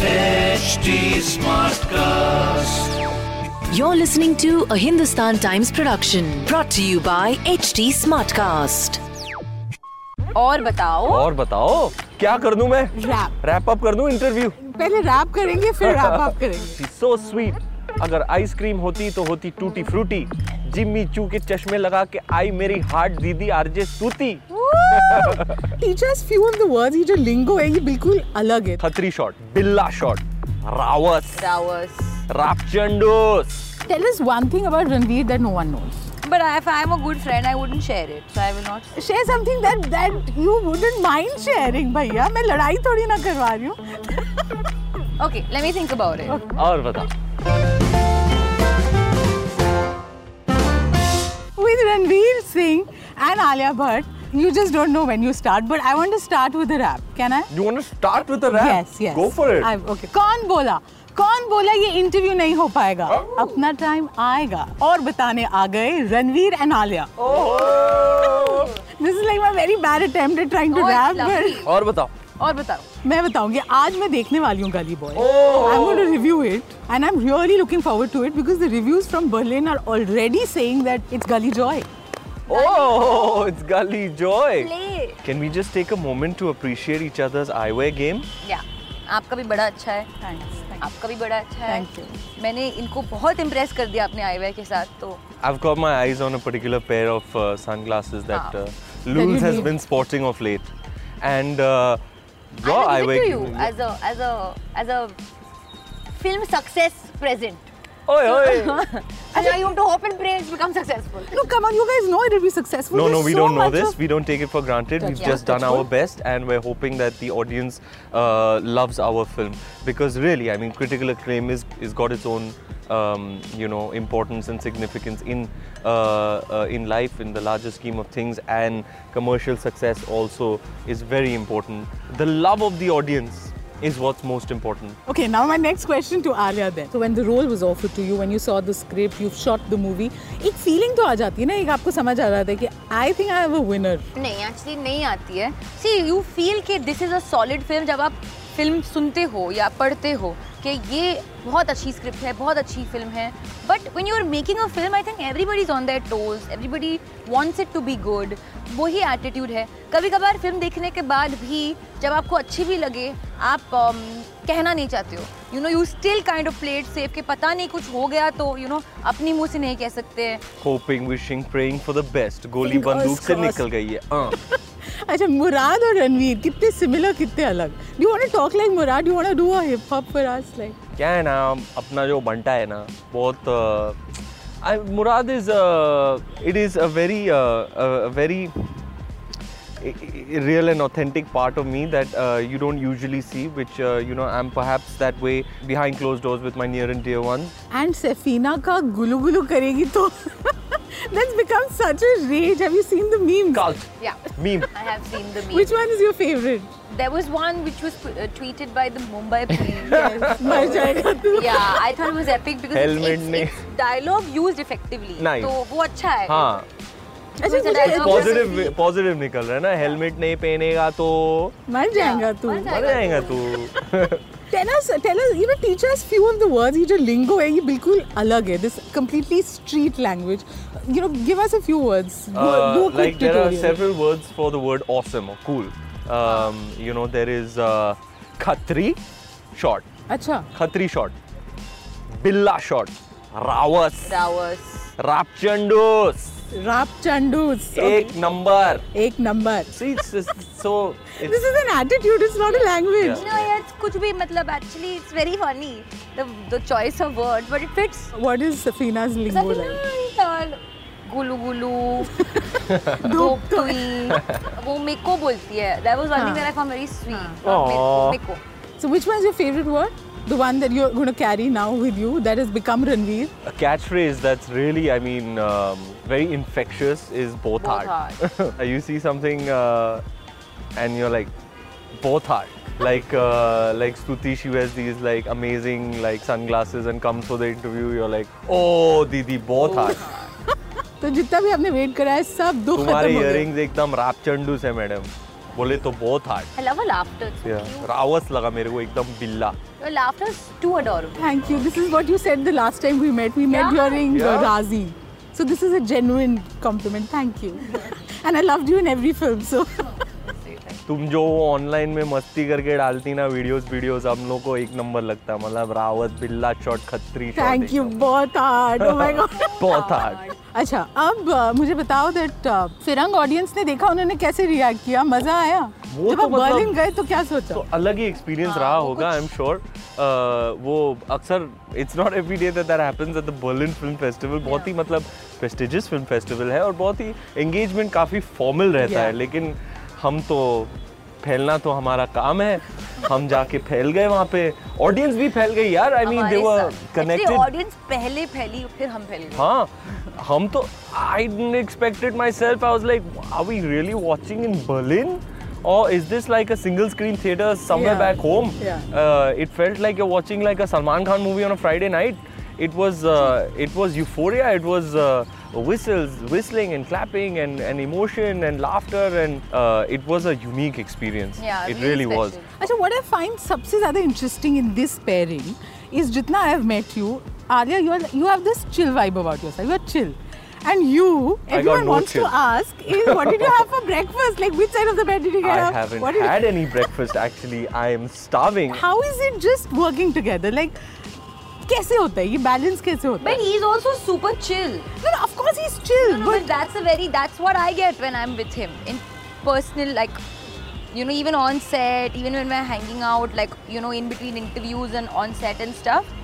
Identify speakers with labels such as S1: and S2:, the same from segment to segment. S1: HD Smartcast.
S2: You're listening to a Hindustan Times production brought to you by HT Smartcast.
S3: और बताओ
S4: और बताओ क्या कर दूं मैं
S3: रैप
S4: रैप अप कर दूं इंटरव्यू
S3: पहले रैप करेंगे फिर रैप अप करेंगे
S4: सो स्वीट अगर आइसक्रीम होती तो होती टूटी फ्रूटी जिम्मी चू के चश्मे लगा के आई मेरी हार्ट दीदी RJ Stuti
S3: He just few of the words, he जो लिंगो है ये बिल्कुल अलग है
S4: खतरी शॉट बिल्ला शॉट रावस रापचंडोस
S3: Tell us one thing about Ranveer that no one knows.
S5: But if I'm a good friend, I wouldn't share it. So I will not.
S3: Share something that that you wouldn't mind sharing, भैया मैं लड़ाई थोड़ी ना करवा रही हूँ
S5: Okay, let me think about it.
S4: और बता
S3: With Ranveer Singh and Alia Bhatt, you just don't know when you start. But I want to start with a rap. Can I?
S4: You want to start with a rap
S3: Yes, yes.
S4: Go for it
S3: I've- okay. कौन बोला कौन बोला ये interview नहीं हो पाएगा अपना time आएगा और बताने आ गए Ranveer and Alia
S4: Oh!
S3: This is like my very bad attempt at trying to
S5: Oh, it's
S3: rap
S5: lovely.
S3: But
S4: और बताओ
S5: और बताओ.
S3: मैं बताऊंगी आज मैं देखने वाली हूँ Gully boy
S4: Oh.
S3: I am going to review it and I am really looking forward to it because the reviews from Berlin are already saying that it's Gully joy
S4: oh it's Gully joy
S5: Play.
S4: Can we just take a moment to appreciate each others आईवे game
S5: Yeah. आपका भी बड़ा अच्छा है आपका भी बड़ा अच्छा है
S3: Thank
S5: मैंने इनको बहुत इम्प्रेस कर दिया अपने आईवे के साथ तो
S4: I've got my eyes on a particular pair of uh, sunglasses that
S5: Ah.
S4: uh,
S3: you
S4: Lulz has
S3: need.
S4: been sporting of late, and uh, your
S5: I will
S4: eyewear.
S5: give it to you as a as a as a film success present.
S4: Oi, oi.
S5: And I अच्छा, want to hope and pray it's become successful.
S3: No, come on, you guys know it will be successful.
S4: no, no,
S3: There's
S4: we
S3: so
S4: don't know
S3: much
S4: this.
S3: of-
S4: We don't take it for granted. We've
S3: Touch
S4: just
S3: wood,
S4: done
S3: touch
S4: our
S3: wood.
S4: best, and we're hoping that the audience uh, loves our film because really, I mean, critical acclaim is is got its own. Um, you know, importance and significance in uh, uh, in life, in the larger scheme of things, and commercial success also is very important. The love of the audience is what's most important.
S3: Okay, now my next question to Alia then. So when the role was offered to you, when you saw the script, you've shot the movie, एक feeling तो आ जाती है ना एक आपको समझ आ रहा था कि I think I have a winner.
S5: नहीं एक्चुअली नहीं आती है सी यू फील कि this is a solid film जब आप फिल्म सुनते हो या पढ़ते हो कि ये बहुत अच्छी स्क्रिप्ट है बहुत अच्छी फिल्म है but when you are making a film I think everybody is on their toes everybody wants it to be good वही एटीट्यूड है कभी कभार फिल्म देखने के बाद भी जब आपको अच्छी भी लगे आप um, कहना नहीं चाहते हो you know you still kind of play it safe कि पता नहीं कुछ हो गया तो यू you नो know, अपनी मुंह से नहीं कह सकते
S4: hoping, wishing, praying for the best. गोली
S3: Fingers
S4: बंदूक से
S3: crossed.
S4: निकल गई है हाँ।
S3: अच्छा मुराद और रणवीर कितने similar कितने अलग. Do you want to talk like Murad? Do you want to do a hip hop for us like?
S4: क्या है ना अपना जो बंटा है ना बहुत uh, I, Murad is it is a very very real and authentic part of me that uh, you don't usually see which uh, you know i'm perhaps that way behind closed doors with my near and dear ones
S3: And Safina का गुलू गुलू करेगी तो that's become such a rage. Have you seen the memes?
S4: cult
S5: या
S4: meme
S5: I have seen the
S3: Which one is your favorite?
S5: There was one which was uh, tweeted by the Mumbai police.
S3: मर जाएगा तू.
S5: yeah, I thought it was epic because it's,
S4: Helmet
S5: it's,
S4: nahi.
S5: it's dialogue used effectively.
S4: Nice.
S5: तो वो अच्छा है.
S4: हाँ
S3: अच्छा
S5: It's a
S3: मुझे
S5: dialogue.
S4: पॉजिटिव पॉजिटिव निकल रहा है ना हेलमेट नहीं पहनेगा तो
S3: मर जाएगा तू.
S5: मर
S4: मर जाएगा तू
S3: Tell us, tell us, you know, teach us few of the words. ये जो lingo है ये बिल्कुल अलग है. This completely street language. You know, give us a few words. Do,
S4: Uh,
S3: do a quick
S4: like there are
S3: tutorial. Ah.
S4: several words for the word awesome or cool. Um, you know there is uh, khatri shot,
S3: अच्छा,
S4: khatri shot, billa shot, rawas,
S5: Rawas.
S4: rapchandos,
S3: rap chandus.
S4: ek number.
S3: एक number.
S4: See, it's just so.
S3: This
S4: It's,
S3: is an attitude. It's not a language.
S5: No, yeah, it's कुछ भी मतलब actually it's very funny the the choice of words but it fits.
S3: What is Safina's lingo
S5: Safina
S3: like?
S5: is, uh, गुलू गुलू धूप तुई वो मेको बोलती है that was one thing that I found very sweet
S4: Aw.
S5: मेको
S3: So which one's your favorite word? The one that you're going to carry now with you that has become Ranveer.
S4: A catchphrase that's really, I mean, um, very infectious is both,
S5: Both
S4: you see something uh, and you're like, both hard. Like, uh, like Stuti, she wears these like amazing like sunglasses and comes for the interview. You're like, oh, Didi, both hard.
S3: तो जितना भी आपने wait करा है सब दो खत्म हो
S4: तुम्हारे
S3: गए
S4: इयरिंग्स एकदम rapchandus है मैडम बोले तो बहुत hard
S5: I love her laughter it's so cute
S4: रावस लगा मेरे को एकदम बिल्ला
S5: your laughter is too adorable
S3: Thank you. This is what you said the last time we met. We met
S5: Yeah.
S3: during uh,
S4: Yeah.
S3: Razi. So this is a genuine compliment. Thank you. and I loved you in every film. So
S4: तुम जो online में मस्ती करके डालती ना videos videos हम लोग को एक नंबर लगता है मतलब रावत बिल्ला shot Khatri shot
S3: thank you.
S4: एकदम।
S3: बहुत hard. Oh my god.
S4: बहुत हार्ड
S3: अच्छा अब uh, मुझे बताओ दैट फिरंग ऑडियंस ने देखा उन्होंने कैसे रिएक्ट किया मजा आया
S4: वो
S3: जब
S4: तो
S3: आप बर्लिन
S4: मतलब-
S3: गए तो क्या सोचा
S4: तो अलग ही एक्सपीरियंस रहा होगा आई एम श्योर वो अक्सर it's not every day that that happens at the Berlin film festival बहुत ही मतलब प्रेस्टिजियस फिल्म फेस्टिवल है और बहुत ही एंगेजमेंट काफ़ी फॉर्मल रहता है
S3: Yeah.
S4: लेकिन हम तो फैलना तो हमारा काम है हम जाके फैल गए वहाँ पे ऑडियंस भी फैल गई यार I mean they were connected
S5: audience पहले फैली फिर हम फैल गए
S4: हाँ हम तो I didn't expected myself I was like are we really watching in Berlin Or is this like a single screen theater somewhere
S3: Yeah.
S4: back home?
S3: Yeah.
S4: Uh, it felt like you're watching like a Salman Khan movie on a Friday night. It was uh, it was euphoria. It was uh, whistles, whistling and clapping and, and emotion and laughter and uh, it was a unique experience.
S5: Yeah,
S4: it
S5: really
S4: really was.
S5: special.
S3: अच्छा what I find सबसे ज्यादा interesting in this pairing is जितना I have met you Arya you are you have this chill vibe about yourself you are chill And you, everyone
S4: no
S3: wants
S4: chill.
S3: to ask, is what did you have for breakfast? Like, which side of the bed did you get
S4: I
S3: up?
S4: haven't
S3: What did you-
S4: had any breakfast actually. I am starving.
S3: How is it just working together? Like, कैसे होता है ये balance कैसे होता है?
S5: but he is also super chill
S3: No, no, of course he's chill.
S5: No,
S3: but
S5: but that's a very that's what I get when I'm with him in personal like you know even on set even when we're hanging out like you know in between interviews and on set and stuff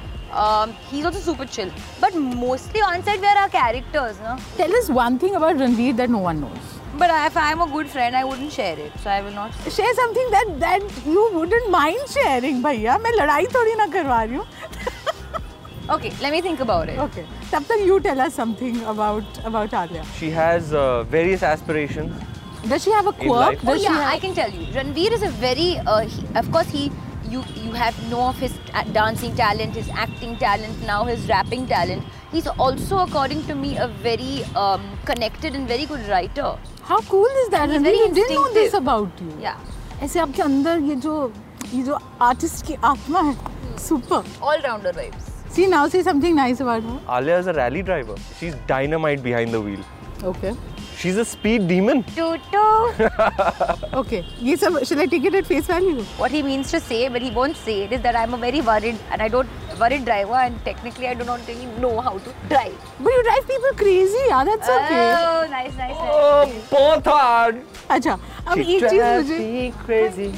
S5: um, he's also super chill but mostly on set we are our characters no?
S3: tell us one thing about Ranveer that no one knows.
S5: but if I'm a good friend I wouldn't share it so I will not
S3: Share something that that you wouldn't mind sharing, भैया मैं लड़ाई थोड़ी ना करवा रही हूँ
S5: okay let me think about it
S3: Okay. तब तक you tell us something about about Alia.
S4: She has uh, various aspirations.
S3: Does she have a
S4: In
S3: quirk?
S4: life.
S5: Oh
S3: Does she
S5: yeah,
S3: have...
S5: I can tell you. Ranveer is a very, uh, he, of course, he you you have know of his a- dancing talent, his acting talent, now his rapping talent. He's also, according to me, a very um, connected and very good writer.
S3: How cool is that?
S5: He's
S3: Ranveer?
S5: very
S3: you didn't know this
S5: instinctive.
S3: about you.
S5: Yeah.
S3: ऐसे आपके अंदर ये जो ये जो artist की आत्मा है super
S5: All rounder vibes.
S3: See now say something nice about her
S4: Alia is a rally driver. She's dynamite behind the wheel.
S3: Okay
S4: She's a speed demon.
S5: Tutu.
S3: Okay ये सब shall I take it at face value
S5: what he means to say, but he won't say it, is that I'm a very worried and I don't worried driver, and technically I do not really know how to drive.
S3: But you drive people crazy यार that's okay
S5: Oh, nice, nice. nice.
S4: Oh, both hard.
S3: अच्छा अब
S4: She
S3: एक चीज
S4: drives
S3: मुझे
S4: me crazy.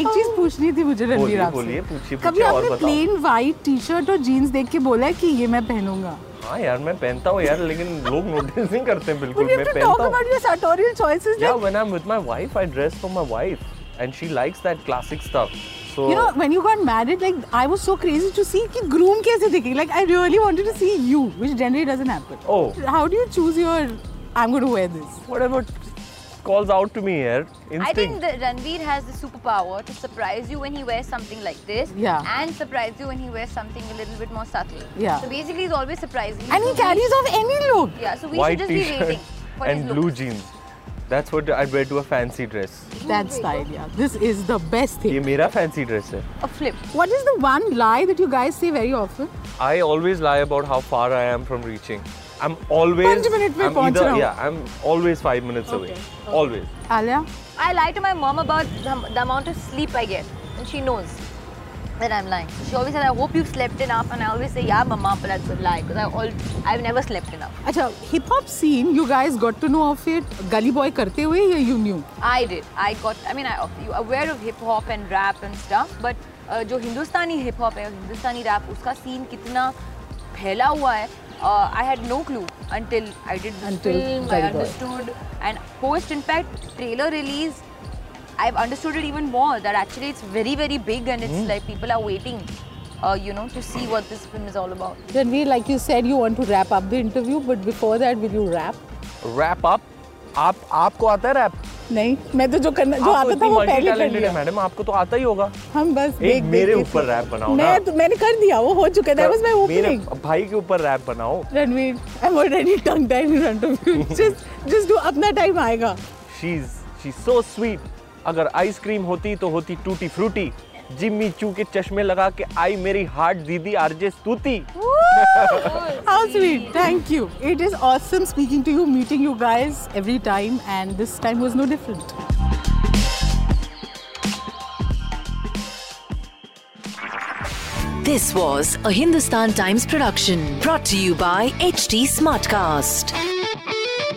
S3: एक चीज पूछनी थी मुझे रणवीर
S4: बोलिए,
S3: आपसे
S4: बोलिए, पूछिए,
S3: कभी
S4: पूछिए और
S3: आपने
S4: बताओ।
S3: प्लेन वाइट टी शर्ट और जीन्स देख के बोला है कि ये मैं पहनूंगा
S4: हाँ यार मैं पहनता हूँ यार लेकिन लोग नोटिस नहीं करते बिल्कुल
S3: Well, you
S4: मैं
S3: have to talk
S4: पहनता हूँ
S3: about your sartorial choices.
S4: Yeah,
S3: like,
S4: when I'm with my wife, I dress for my wife, and she likes that classic stuff. So
S3: you know, when you got married, like I was so crazy to see कि groom कैसे दिखे. Like I really wanted to see you, which generally doesn't happen.
S4: Oh.
S3: How do you choose your? I'm going to wear this.
S4: whatever calls out to me here,
S5: I think
S4: instinct.
S5: that Ranveer has the superpower to surprise you when he wears something like this,
S3: Yeah.
S5: and surprise you when he wears something a little bit more subtle.
S3: Yeah.
S5: So basically, he's always surprising. you.
S3: And
S5: So
S3: he
S5: we-
S3: carries off any look.
S5: Yeah. So we should
S4: White
S5: just be
S4: t-shirt
S5: waiting for
S4: and
S5: his
S4: blue
S5: look.
S4: jeans. That's what I'd wear to a fancy dress.
S3: That's the idea. This is the best
S4: ये
S3: thing.
S4: मेरा fancy dress है.
S5: A flip.
S3: What is the one lie that you guys say very often?
S4: I always lie about how far I am from reaching. I'm always
S3: पाँच minute में
S4: I'm
S3: पहुंच
S4: either-
S3: रहा हूँ।
S4: Yeah, I'm always five minutes away. Always.
S3: Alia,
S5: I lie to my mom about the, the amount of sleep I get, and she knows that I'm lying. She always says, "I hope you've slept enough," and I always say, "Yeah, mama," but that's a lie because I all I've never slept enough.
S3: अच्छा hip hop scene you guys got to know of it gully boy करते हुए या you knew?
S5: I did. I got. I mean, I you aware of hip hop and rap and stuff, but uh, जो Hindustani hip hop है और Hindustani rap उसका scene कितना फैला हुआ है uh, I had no clue until I did this
S3: Until
S5: film. I
S3: Gully Boy.
S5: understood, and post, in fact, trailer release, I've understood it even more that actually it's very, very big, and it's
S3: Hmm.
S5: like people are waiting, uh, you know, to see what this film is all about.
S3: Ranveer, like you said, you want to wrap up the interview, but before that, will you wrap?
S4: Wrap up आप आपको आता है rap
S3: नहीं मैं तो जो करना जो आता था वो पहले कर लिया
S4: मैडम आपको तो आता ही होगा
S3: हम बस
S4: एक
S3: देख
S4: मेरे
S3: देख के-
S4: ऊपर रैप बनाओ ना
S3: मैं तो मैंने कर दिया वो हो चुका था बस मैं
S4: मेरे
S3: ओपनिंग
S4: भाई के ऊपर रैप बनाओ
S3: Ranveer I am already tongue tied in front of you just just do अपना टाइम आएगा
S4: she is she so sweet अगर आइसक्रीम होती तो होती टूटी फ्रूटी जिम्मी चू के चश्मे लगा के आई मेरी हार्ट दीदी RJ Stuti
S3: How sweet. Thank you. It is awesome speaking to you, meeting you guys every time, and this time was no different.
S2: This was a Hindustan Times production brought to you by HT Smartcast.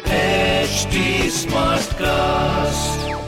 S1: HD Smartcast.